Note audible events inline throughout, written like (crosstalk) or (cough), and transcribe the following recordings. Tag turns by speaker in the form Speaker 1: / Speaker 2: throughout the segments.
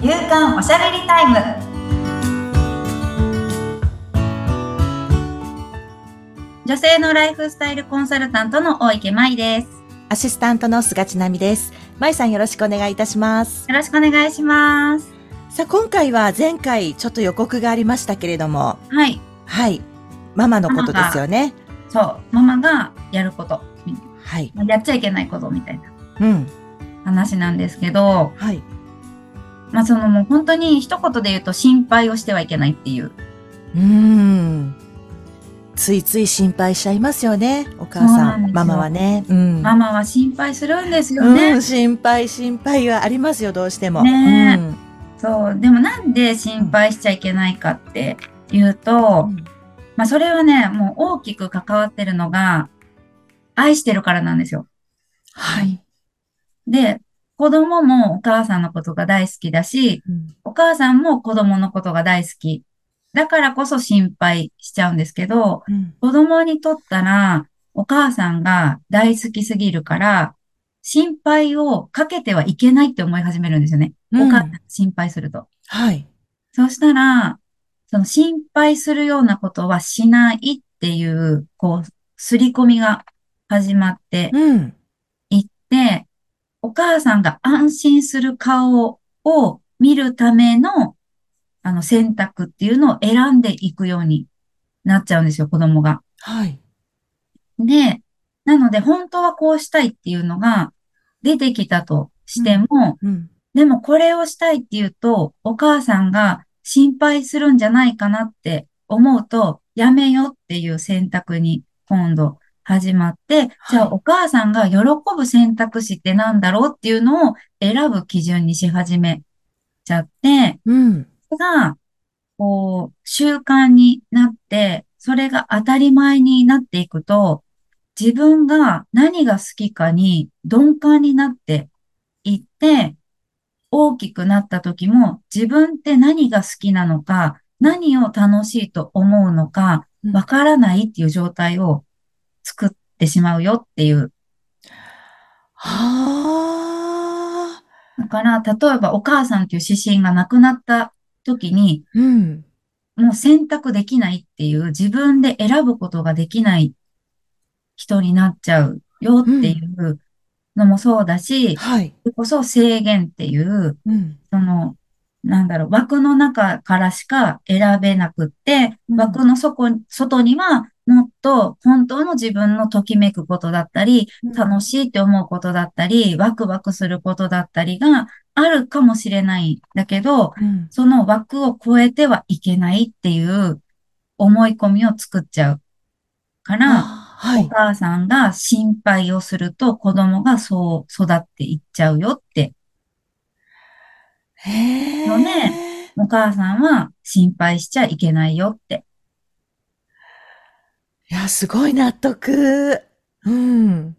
Speaker 1: 夕刊おしゃべりタイム女性のライフスタイルコンサルタントの大池舞です
Speaker 2: アシスタントの菅千奈美です。まいさんよろしくお願いいたします。
Speaker 1: よろしくお願いします
Speaker 2: さあ、今回は前回ちょっと予告がありましたけれども、
Speaker 1: はい
Speaker 2: はい。ママのことですよね。
Speaker 1: そうママがやること
Speaker 2: はい。
Speaker 1: やっちゃいけないことみたいな
Speaker 2: うん。
Speaker 1: 話なんですけど
Speaker 2: はい。
Speaker 1: まあそのもう本当に一言で言うと心配をしてはいけないっていう
Speaker 2: うーん。ついつい心配しちゃいますよね。お母さん、
Speaker 1: そうなんですよ
Speaker 2: ママはね。うん。
Speaker 1: ママは心配するんですよね、
Speaker 2: うん、心配、心配はありますよ、どうしても。
Speaker 1: ねそうでもなんで心配しちゃいけないかっていう
Speaker 2: う
Speaker 1: と、
Speaker 2: ん。
Speaker 1: まあ、それはねもう大きく関わってるのが愛してるからなんですよ。
Speaker 2: はい。
Speaker 1: で子供もお母さんのことが大好きだし
Speaker 2: うん
Speaker 1: お母さんも子供のことが大好きだからこそ心配しちゃうんですけど
Speaker 2: うん。
Speaker 1: 子供にとったらお母さんが大好きすぎるから心配をかけてはいけないって思い始めるんですよね。お
Speaker 2: うん
Speaker 1: 母さんが心配すると。
Speaker 2: はい。
Speaker 1: そうしたら、その心配するようなことはしないっていう、こう、刷り込みが始まって
Speaker 2: うん。
Speaker 1: いって、お母さんが安心する顔を見るための、あの選択っていうのを選んでいくようになっちゃうんですよ、子供が。
Speaker 2: はい。
Speaker 1: で、なので本当はこうしたいっていうのが出てきたとしても、
Speaker 2: うん。
Speaker 1: でもこれをしたいって言うと、お母さんが心配するんじゃないかなって思うと、やめよっていう選択に今度始まって、じゃあお母さんが喜ぶ選択肢ってなんだろうっていうのを選ぶ基準にし始めちゃって、
Speaker 2: うん。
Speaker 1: それが、こう、習慣になって、それが当たり前になっていくと、自分が何が好きかに鈍感になっていって、大きくなった時も、自分って何が好きなのか、何を楽しいと思うのか、
Speaker 2: うん
Speaker 1: わからないっていう状態を作ってしまうよっていう
Speaker 2: はあ。
Speaker 1: だから、例えばお母さんっていう指針がなくなった時に、
Speaker 2: うん。
Speaker 1: もう選択できないっていう、自分で選ぶことができない人になっちゃうよっていうのもそうだし、
Speaker 2: はい。
Speaker 1: それこそ制限っていう、
Speaker 2: うん。
Speaker 1: その、なんだろう、枠の中からしか選べなくって、
Speaker 2: うん
Speaker 1: 枠の底に、外にはもっと本当の自分のときめくことだったり、楽しいって思うことだったり、ワクワクすることだったりがあるかもしれないんだけど、
Speaker 2: うん。
Speaker 1: その枠を超えてはいけないっていう思い込みを作っちゃうから、
Speaker 2: あは
Speaker 1: お
Speaker 2: い。
Speaker 1: 母さんが心配をすると子供がそう育っていっちゃうよって、
Speaker 2: へえ。
Speaker 1: のねお母さんは心配しちゃいけないよって。
Speaker 2: いや、すごい納得。うん。
Speaker 1: っ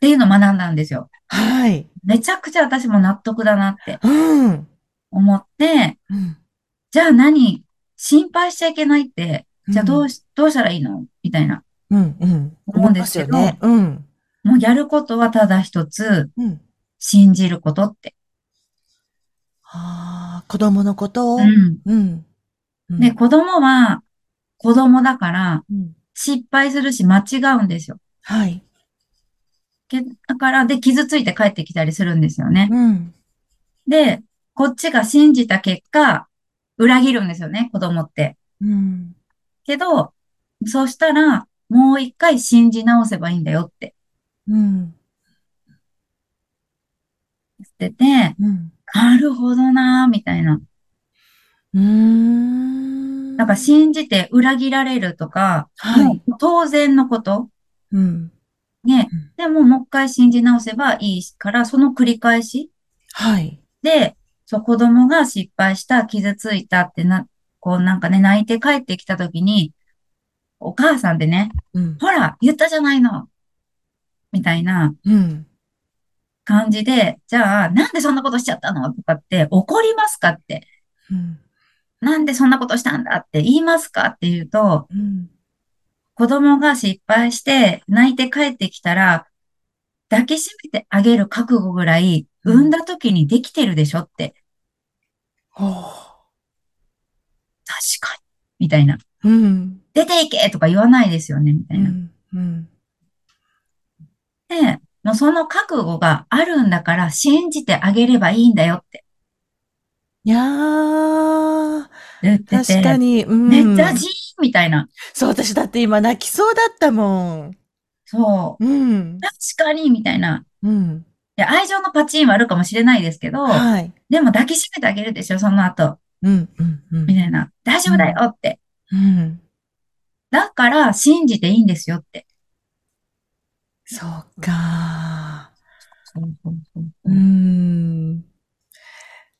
Speaker 1: ていうのを学んだんですよ。
Speaker 2: はい。
Speaker 1: めちゃくちゃ私も納得だなって
Speaker 2: うん。うん。
Speaker 1: 思って、じゃあ何心配しちゃいけないって、じゃあどう
Speaker 2: し、
Speaker 1: し、どうしたらいいのみたいな。
Speaker 2: うん、うん。
Speaker 1: 思うんですけど
Speaker 2: 思いますよね。うん。
Speaker 1: もうやることはただ一つ、
Speaker 2: うん。
Speaker 1: 信じることって。
Speaker 2: ああ、子供のことを。
Speaker 1: うん。
Speaker 2: うん。うん
Speaker 1: で、子供は、子供だから、
Speaker 2: うん
Speaker 1: 失敗するし間違うんですよ。
Speaker 2: はい。
Speaker 1: けだから、で、傷ついて帰ってきたりするんですよね。
Speaker 2: うん。
Speaker 1: で、こっちが信じた結果、裏切るんですよね、子供って。
Speaker 2: うん。
Speaker 1: けど、そうしたら、もう一回信じ直せばいいんだよって
Speaker 2: うん。
Speaker 1: 言ってて、
Speaker 2: うん。
Speaker 1: なるほどなーみたいな。
Speaker 2: うーん。
Speaker 1: なんか信じて裏切られるとか、
Speaker 2: は
Speaker 1: も
Speaker 2: い。
Speaker 1: う当然のこと。
Speaker 2: うん。
Speaker 1: ね
Speaker 2: うん。
Speaker 1: でも、もう一回信じ直せばいいから、その繰り返し
Speaker 2: はい。
Speaker 1: で、そう、子供が失敗した、傷ついたってな、こうなんかね、泣いて帰ってきた時に、お母さんでね、
Speaker 2: うん。
Speaker 1: ほら、言ったじゃないのみたいな
Speaker 2: うん。
Speaker 1: 感じで、じゃあ、なんでそんなことしちゃったのとかって、怒りますかって、
Speaker 2: うん。
Speaker 1: なんでそんなことしたんだって言いますかって言うと、
Speaker 2: うん。
Speaker 1: 子供が失敗して泣いて帰ってきたら、抱きしめてあげる覚悟ぐらい、
Speaker 2: うん
Speaker 1: 産んだ時にできてるでしょって
Speaker 2: ほう
Speaker 1: 確かに。みたいな。
Speaker 2: うん。
Speaker 1: 出ていけとか言わないですよね、みた
Speaker 2: う
Speaker 1: いな。
Speaker 2: ん。うん。
Speaker 1: で、もうその覚悟があるんだから信じてあげればいいんだよって
Speaker 2: いやー、
Speaker 1: 言ってて、
Speaker 2: 確かに、うん。
Speaker 1: めっちゃじーんみたいな。
Speaker 2: そう、私だって今泣きそうだったもん。
Speaker 1: そうう。
Speaker 2: ん。
Speaker 1: 確かに、みたいな。
Speaker 2: うん。
Speaker 1: で、愛情のパチンはあるかもしれないですけど、
Speaker 2: はい。
Speaker 1: でも抱きしめてあげるでしょ、その後。
Speaker 2: うん、うん、うん
Speaker 1: み。たいな。大丈夫だよって。
Speaker 2: うん。
Speaker 1: だから信じていいんですよって。
Speaker 2: そうか。
Speaker 1: そうそうそう
Speaker 2: うーん。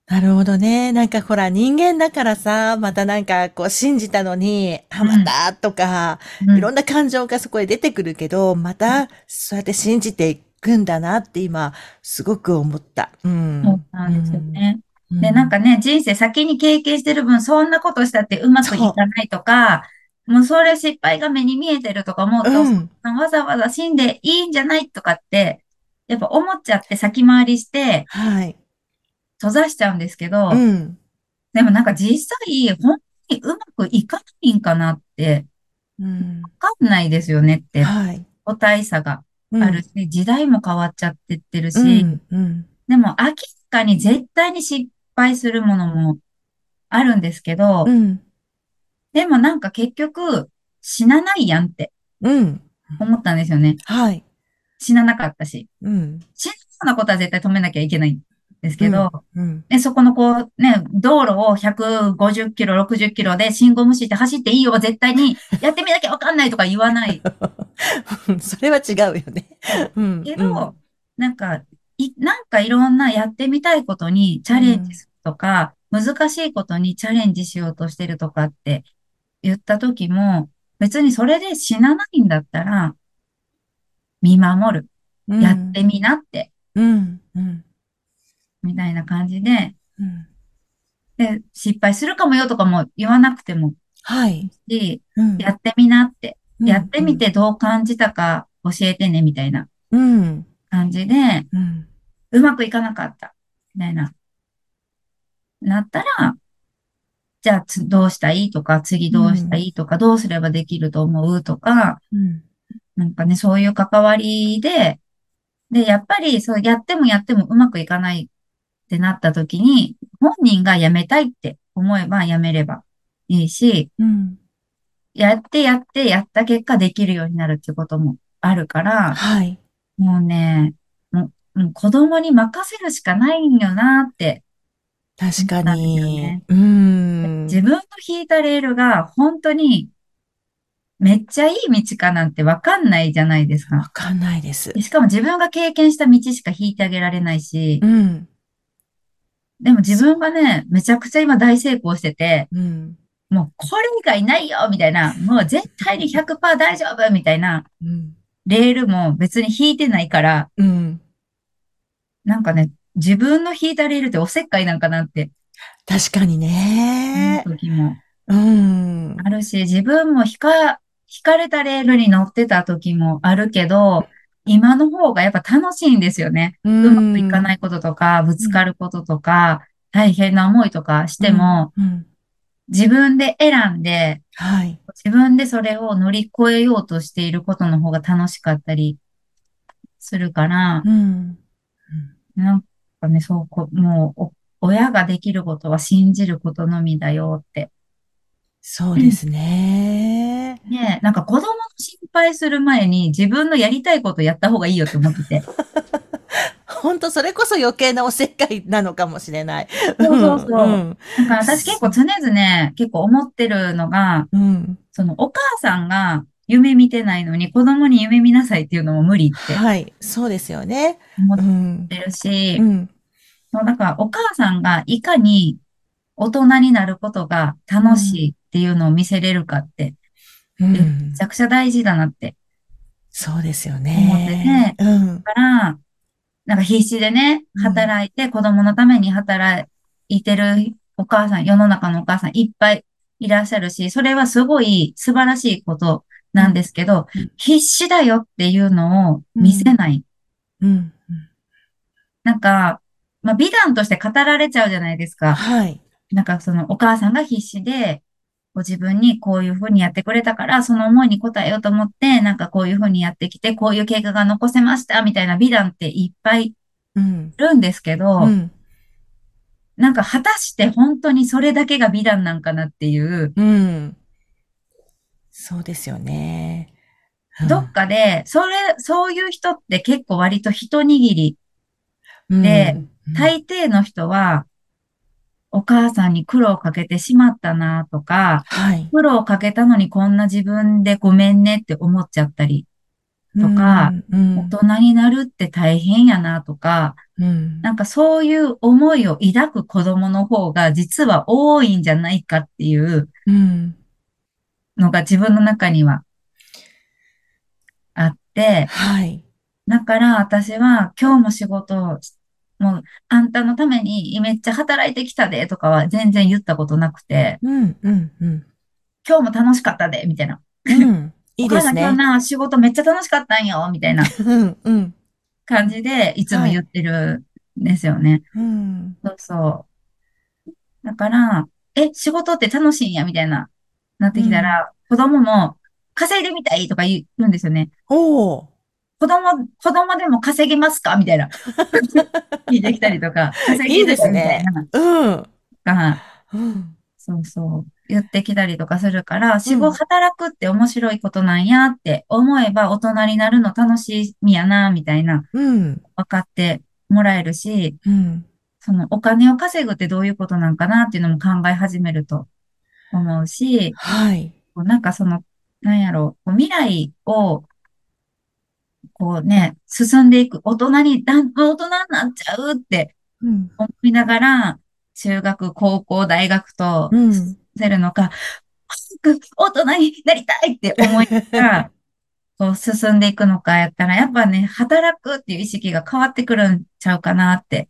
Speaker 2: なるほどね。なんかほら、人間だからさ、またなんかこう信じたのに、あ、
Speaker 1: うん
Speaker 2: またとか、
Speaker 1: う
Speaker 2: いろ
Speaker 1: ん
Speaker 2: んな感情がそこへ出てくるけど、またそうやって信じていくんだなって今、すごく思った。うん。
Speaker 1: そうなんですよね。
Speaker 2: う。
Speaker 1: で、なんかね、人生先に経験してる分、そんなことしたってうまくいかないとか、もうそれ失敗が目に見えてるとか思う
Speaker 2: う
Speaker 1: と、
Speaker 2: ん。
Speaker 1: わざわざ死んでいいんじゃないとかって、やっぱ思っちゃって先回りして
Speaker 2: はい。
Speaker 1: 閉ざしちゃうんですけど、
Speaker 2: うん。
Speaker 1: でもなんか実際、本当にうまくいかないんかなって、
Speaker 2: うん。
Speaker 1: わかんないですよねって、
Speaker 2: はい。
Speaker 1: 個体差が
Speaker 2: うん
Speaker 1: あるし、時代も変わっちゃってってるし、
Speaker 2: うん。うん。
Speaker 1: でも明らかに絶対に失敗するものもあるんですけど、
Speaker 2: うん。
Speaker 1: でもなんか結局死なないやんって
Speaker 2: うん。
Speaker 1: 思ったんですよね。
Speaker 2: はい。
Speaker 1: 死ななかったし。
Speaker 2: うん。
Speaker 1: 死ぬようなことは絶対止めなきゃいけないんですけど、
Speaker 2: うん。 (laughs)
Speaker 1: でそこのこうね、道路を150キロ、60キロで信号無視して走っていいよ、絶対にやってみなきゃわかんないとか言わない
Speaker 2: それは違うよね。うん。
Speaker 1: けど、なんか、い、なんかいろんなやってみたいことにチャレンジするとか、難しいことにチャレンジしようとしてるとかって言った時も、別にそれで死なないんだったら、見守る。
Speaker 2: うん、
Speaker 1: やってみなって、
Speaker 2: うん。うん。
Speaker 1: みたいな感じで、
Speaker 2: うん。
Speaker 1: で、失敗するかもよとかも言わなくても
Speaker 2: はい。
Speaker 1: いい、
Speaker 2: うん
Speaker 1: やってみなって、
Speaker 2: うん
Speaker 1: やってみてどう感じたか教えてね、みたいな
Speaker 2: うん。
Speaker 1: 感じで、
Speaker 2: うん。
Speaker 1: うまくいかなかった、みたいな。なったら、じゃあつどうしたいとか、次どうしたいとか、どうすればできると思うとか、
Speaker 2: うん。
Speaker 1: なんかね、そういう関わりで、で、やっぱり、そう、やってもやってもうまくいかないってなった時に、本人が辞めたいって思えば辞めればいいし、
Speaker 2: うん。
Speaker 1: やってやってやった結果できるようになるっていうこともあるから、
Speaker 2: はい。
Speaker 1: もうね、もう、もう子供に任せるしかないんよなって、
Speaker 2: 確か
Speaker 1: なんですよ
Speaker 2: に
Speaker 1: ね。
Speaker 2: うん。
Speaker 1: 自分の引いたレールが本当にめっちゃいい道かなんてわかんないじゃないです
Speaker 2: わ
Speaker 1: か。
Speaker 2: かんないです。
Speaker 1: しかも自分が経験した道しか引いてあげられないし、
Speaker 2: うん。
Speaker 1: でも自分がね、めちゃくちゃ今大成功してて、
Speaker 2: うん。
Speaker 1: もうこれ以外ないよみたいな、もう絶対に100%大丈夫みたいな
Speaker 2: うん。
Speaker 1: レールも別に引いてないから、
Speaker 2: うん。
Speaker 1: なんかね、自分の引いたレールっておせっかいなんかなって
Speaker 2: 確かに
Speaker 1: 思
Speaker 2: ね
Speaker 1: う。時も
Speaker 2: うん。
Speaker 1: あるし、自分も引か、引かれたレールに乗ってた時もあるけど、今の方がやっぱ楽しいんですよね。
Speaker 2: う。
Speaker 1: うまくいかないいこととか、ぶつかることとか、大変な思いとかしても、
Speaker 2: うん。
Speaker 1: 自分で選んで、
Speaker 2: はい。
Speaker 1: 自分でそれを乗り越えようとしていることの方が楽しかったりするから、
Speaker 2: うん。
Speaker 1: なんかね、そうこ、もう、お親ができることは信じることのみだよって。
Speaker 2: そうですね。
Speaker 1: ねえ、なんか子供の心配する前に自分のやりたいことやった方がいいよって思ってて。
Speaker 2: 本当それこそ余計なおせっかいなのかもしれない。。
Speaker 1: そうそうそうんなんか私結構常々結構思ってるのが、
Speaker 2: うん。
Speaker 1: そのお母さんが夢見てないのに子供に夢見なさいっていうのも無理って
Speaker 2: はい。そうですよね。
Speaker 1: 思っ
Speaker 2: うん。
Speaker 1: てるし、
Speaker 2: うん。
Speaker 1: そうだからお母さんがいかに大人になることが楽しいっていうのを見せれるかって、
Speaker 2: うん
Speaker 1: めちゃくちゃ大事だなって。
Speaker 2: そうですよ
Speaker 1: 思って
Speaker 2: ね
Speaker 1: ね。
Speaker 2: うん。
Speaker 1: だから、なんか必死でね、
Speaker 2: うん
Speaker 1: 働いて、子供のために働いてるお母さん、世の中のお母さんいっぱいいらっしゃるし、それはすごい素晴らしいことなんですけど、
Speaker 2: うん
Speaker 1: 必死だよっていうのを見せない。
Speaker 2: うん。
Speaker 1: なんか、まあ、美談として語られちゃうじゃないですか。
Speaker 2: はい。
Speaker 1: なんかそのお母さんが必死で、こう自分にこういうふうにやってくれたから、その思いに応えようと思って、なんかこういうふうにやってきて、こういう結果が残せました、みたいな美談っていっぱいい
Speaker 2: うん。
Speaker 1: るんですけ
Speaker 2: う
Speaker 1: ど、
Speaker 2: ん。
Speaker 1: なんか果たして本当にそれだけが美談なんかなっていう、
Speaker 2: うんそうですよね。う
Speaker 1: どっ
Speaker 2: ん。
Speaker 1: かで、それ、そういう人って結構割と一握り
Speaker 2: う
Speaker 1: で、
Speaker 2: ん。うん
Speaker 1: 大抵の人はお母さんに苦労をかけてしまったなとか、
Speaker 2: はい。
Speaker 1: 苦労をかけたのにこんな自分でごめんねって思っちゃったり
Speaker 2: う
Speaker 1: とか、
Speaker 2: ん。う
Speaker 1: 大
Speaker 2: ん。
Speaker 1: 人になるって大変やなとか、
Speaker 2: うん。
Speaker 1: なんかそういう思いを抱く子供の方が実は多いんじゃないかっていう
Speaker 2: うん
Speaker 1: のが自分の中にはあって、
Speaker 2: はい。
Speaker 1: だから私は今日も仕事を、もうあんたのためにめっちゃ働いてきたでとかは全然言ったことなくて、
Speaker 2: うん。うん。うん。
Speaker 1: 今日も楽しかったで、みたいな。
Speaker 2: うん。い
Speaker 1: お
Speaker 2: (laughs) いで
Speaker 1: 母
Speaker 2: す
Speaker 1: さん今日
Speaker 2: ね。
Speaker 1: な、仕事めっちゃ楽しかったんよ、みたいな
Speaker 2: うん。うん。
Speaker 1: 感じでいつも
Speaker 2: は
Speaker 1: 言っ
Speaker 2: い。
Speaker 1: てるんですよね。
Speaker 2: うん。
Speaker 1: そうそう。だから、え、仕事って楽しいんや、みたいな、なっ
Speaker 2: う
Speaker 1: てきた
Speaker 2: ん。
Speaker 1: ら、子供も稼いでみたいとか言うんですよね。
Speaker 2: おお。
Speaker 1: 子供、子供でも稼ぎますかみ
Speaker 2: (laughs)
Speaker 1: たいな。聞いてきたりとか、稼
Speaker 2: い
Speaker 1: ぎ
Speaker 2: いで
Speaker 1: る
Speaker 2: す
Speaker 1: でみたい
Speaker 2: ね。
Speaker 1: な、
Speaker 2: うん。
Speaker 1: が、
Speaker 2: うん。
Speaker 1: そうそう、言ってきたりとかするから、
Speaker 2: う
Speaker 1: 仕事、
Speaker 2: ん。
Speaker 1: 働くって面白いことなんやって思えば、大人になるの楽しみやな、みたいな、
Speaker 2: うん。
Speaker 1: 分かってもらえるし、
Speaker 2: うん
Speaker 1: そのお金を稼ぐってどういうことなんかなっていうのも考え始めると思うし、
Speaker 2: はい。
Speaker 1: こうなんかその、なんやろう、こう未来を、こうね、進んでいく、大人に、だん、大人になっちゃうって、
Speaker 2: うん。
Speaker 1: 思いながら、中学、高校、大学と
Speaker 2: うん。
Speaker 1: せるのか、大人になりたいって思いなが
Speaker 2: (laughs)
Speaker 1: ら、こう進んでいくのかやったら、やっぱね、働くっていう意識が変わってくるんちゃうかなって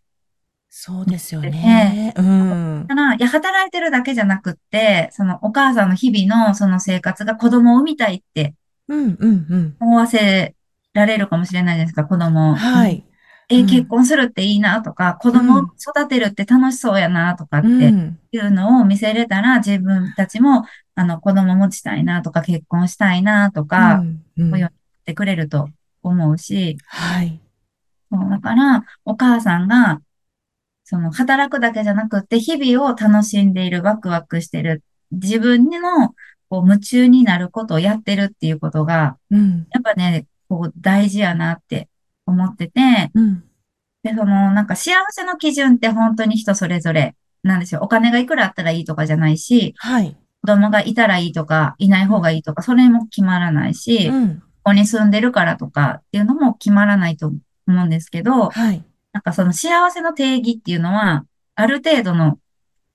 Speaker 2: そう
Speaker 1: 思
Speaker 2: で
Speaker 1: っ
Speaker 2: すよ
Speaker 1: てて、
Speaker 2: (laughs) ね。うん。
Speaker 1: だから、いや、働いてるだけじゃなくって、そのお母さんの日々のその生活が子供を産みたいって
Speaker 2: うん。うん。うん。
Speaker 1: 思わせられるかもしれないじゃないですか、子供
Speaker 2: は
Speaker 1: に。
Speaker 2: い。う
Speaker 1: え、結
Speaker 2: ん。
Speaker 1: 婚するっていいなとか、子
Speaker 2: う
Speaker 1: 供を
Speaker 2: ん。
Speaker 1: 育てるって楽しそうやなとか
Speaker 2: う
Speaker 1: って
Speaker 2: ん。
Speaker 1: いうのを見せれたら、自分たちも、あの、子供持ちたいなとか、結婚したいなと
Speaker 2: う
Speaker 1: か、
Speaker 2: ん。う。
Speaker 1: 思うようんになってくれると思うし、
Speaker 2: はい。
Speaker 1: そう、だから、お母さんが、その、働くだけじゃなくって、日々を楽しんでいる、ワクワクしてる、自分の、こう、夢中になることをやってるっていうことが、
Speaker 2: うん。
Speaker 1: やっぱね、こう、大事やなって思ってて、
Speaker 2: うん。
Speaker 1: で、その、なんか幸せの基準って本当に人それぞれなんですよ。お金がいくらあったらいいとかじゃないし、
Speaker 2: はい。
Speaker 1: 子供がいたらいいとか、いないう方が
Speaker 2: ん。
Speaker 1: いいとか、それも決まらないうし、
Speaker 2: ん。
Speaker 1: ここに住んでるからとかっていうのも決まらないと思うんですけど、
Speaker 2: はい。
Speaker 1: なんかその幸せの定義っていうのは、ある程度の、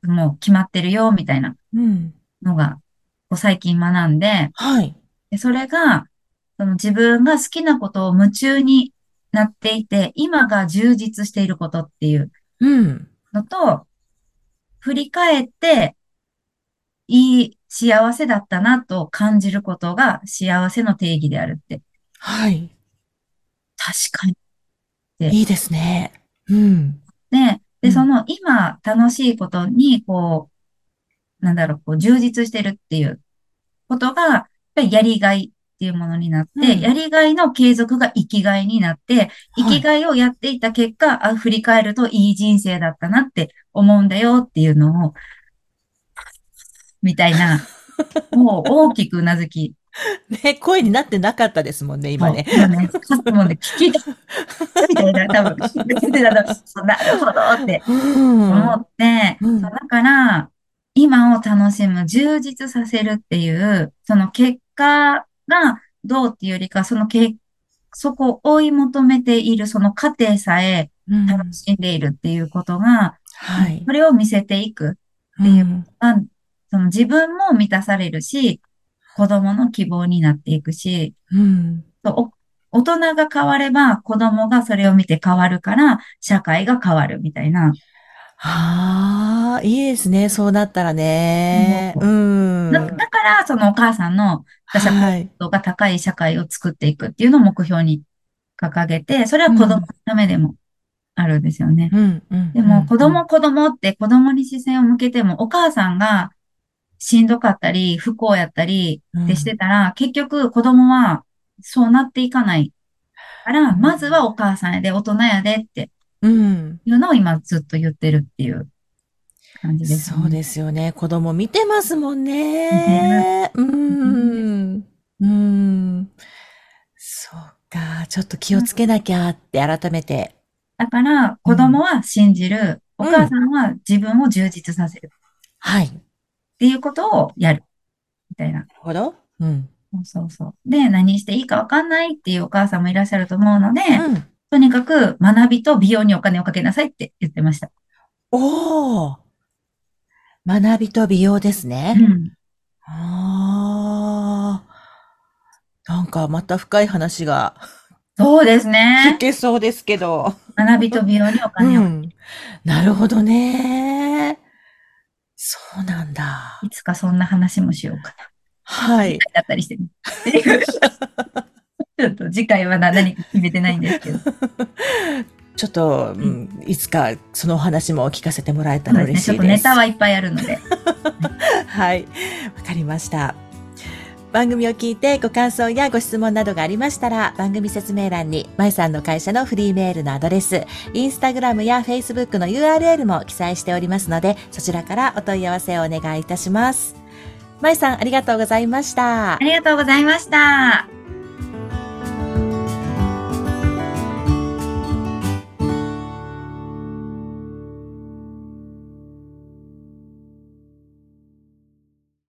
Speaker 1: もう決まってるよ、みたいな
Speaker 2: うん。
Speaker 1: のが、こう最近学んで、
Speaker 2: はい。
Speaker 1: で、それが、その自分が好きなことを夢中になっていて、今が充実していることっていう
Speaker 2: うん。
Speaker 1: のと、振り返っていい幸せだったなと感じることが幸せの定義であるって、
Speaker 2: はい。
Speaker 1: 確かにって
Speaker 2: いいですね。うん。
Speaker 1: 思って
Speaker 2: う
Speaker 1: で、そ
Speaker 2: ん。
Speaker 1: の今楽しいことに、こう、なんだろう、こう充実してるっていうことが、やっぱりやりがいっていうものになっ
Speaker 2: う
Speaker 1: て、や
Speaker 2: ん。
Speaker 1: りがいの継続が生きがいになって、生
Speaker 2: は
Speaker 1: き
Speaker 2: い。
Speaker 1: がいをやっていた結果、あ、振り返るといい人生だったなって思うんだよっていうのを、みたい
Speaker 2: (laughs)
Speaker 1: な、もう大きくうなずき、
Speaker 2: ね、声になってなかったですもんね、今
Speaker 1: そ
Speaker 2: ね。
Speaker 1: う、今ね、かもうね、聞いたみたいな、多分、
Speaker 2: (laughs)
Speaker 1: (laughs) 聞いてたの、そうなるほどって
Speaker 2: う
Speaker 1: 思
Speaker 2: ん。
Speaker 1: って、
Speaker 2: う
Speaker 1: そう、
Speaker 2: ん。
Speaker 1: だから、今を楽しむ、充実させるっていう、その結果がどうっていうよりか、そのけ、そこを追い求めている、その過程さえ
Speaker 2: う
Speaker 1: 楽
Speaker 2: ん。
Speaker 1: しんでいるっていうことが、
Speaker 2: はい。
Speaker 1: それを見せていくっ
Speaker 2: う
Speaker 1: ていうこ
Speaker 2: ん。
Speaker 1: とが、その自分も満たされるし、子供の希望になっていくし、
Speaker 2: うん。
Speaker 1: お、大人が変われば子供がそれを見て変わるから社会が変わるみたいな。
Speaker 2: ああ、いいですね。そうなったらね。
Speaker 1: そううだ、
Speaker 2: ん。
Speaker 1: だから、そのお母さんの私は幸
Speaker 2: はい。
Speaker 1: 福度が高い社会を作っていくっていうのを目標に掲げて、それは
Speaker 2: う
Speaker 1: 子供の
Speaker 2: ん。
Speaker 1: ためでも。あるんですよね。
Speaker 2: うん、うん。
Speaker 1: で
Speaker 2: う
Speaker 1: も、
Speaker 2: ん
Speaker 1: 子供子供って子供に視線を向けても、お母さんがしんどかったり、不幸やったり
Speaker 2: う
Speaker 1: ってして
Speaker 2: ん。
Speaker 1: たら、結局子供はそうなっていかないか
Speaker 2: う
Speaker 1: ら、
Speaker 2: ん。
Speaker 1: まずはお母さんやで、大人やでって
Speaker 2: うん
Speaker 1: いうのを今ずっと言ってるっていう感じです
Speaker 2: そう
Speaker 1: ね。
Speaker 2: ですよね。子供見てますもん
Speaker 1: ね
Speaker 2: ね。う
Speaker 1: ね
Speaker 2: ん。うん。そうか。ちょっと気をつけなきゃって改めて。
Speaker 1: だから、
Speaker 2: う
Speaker 1: 子供
Speaker 2: ん。
Speaker 1: は信じる、お
Speaker 2: う
Speaker 1: 母さ
Speaker 2: ん。
Speaker 1: んは自分を充実させる
Speaker 2: はい。な
Speaker 1: っ
Speaker 2: る
Speaker 1: ていうことをやるみたいな。
Speaker 2: ほど。うん。
Speaker 1: そうそうそう。で、何していいかわかんないっていうお母さんもいらっしゃると思うので、
Speaker 2: うん。
Speaker 1: とにかく学びと美容にお金をかけなさいって言ってました。
Speaker 2: おー。学びと美容です
Speaker 1: う
Speaker 2: ね。
Speaker 1: ん。
Speaker 2: あー。なんかまた深い話が
Speaker 1: そうです
Speaker 2: 聞 (laughs)
Speaker 1: ね。
Speaker 2: けそうですけど。
Speaker 1: 学びと美容にお
Speaker 2: う
Speaker 1: 金を。
Speaker 2: ん。なるほどね。そうなん
Speaker 1: い
Speaker 2: だ。
Speaker 1: つかそんな話もしようかな。
Speaker 2: は
Speaker 1: 次回
Speaker 2: い。
Speaker 1: だったりしてね。 (laughs) っていうちょっと次回まだ何か決めてないんです
Speaker 2: (laughs)
Speaker 1: けど。
Speaker 2: ちょっと、う
Speaker 1: はい。
Speaker 2: ん、いつかそのお話も聞かせてもらえた
Speaker 1: そう
Speaker 2: ら
Speaker 1: ですね。ちょ
Speaker 2: 嬉し
Speaker 1: っ
Speaker 2: い
Speaker 1: と
Speaker 2: で
Speaker 1: ネタ
Speaker 2: す。
Speaker 1: はいっぱいあるので。はい
Speaker 2: (laughs) はい。わかりました。番組を聞いてご感想やご質問などがありましたら、番組説明欄に、まいさんの会社のフリーメールのアドレス、インスタグラムやフェイスブックの URL も記載しておりますので、そちらからお問い合わせをお願いいたします。まいさん、ありがとうございました。
Speaker 1: ありがとうございました。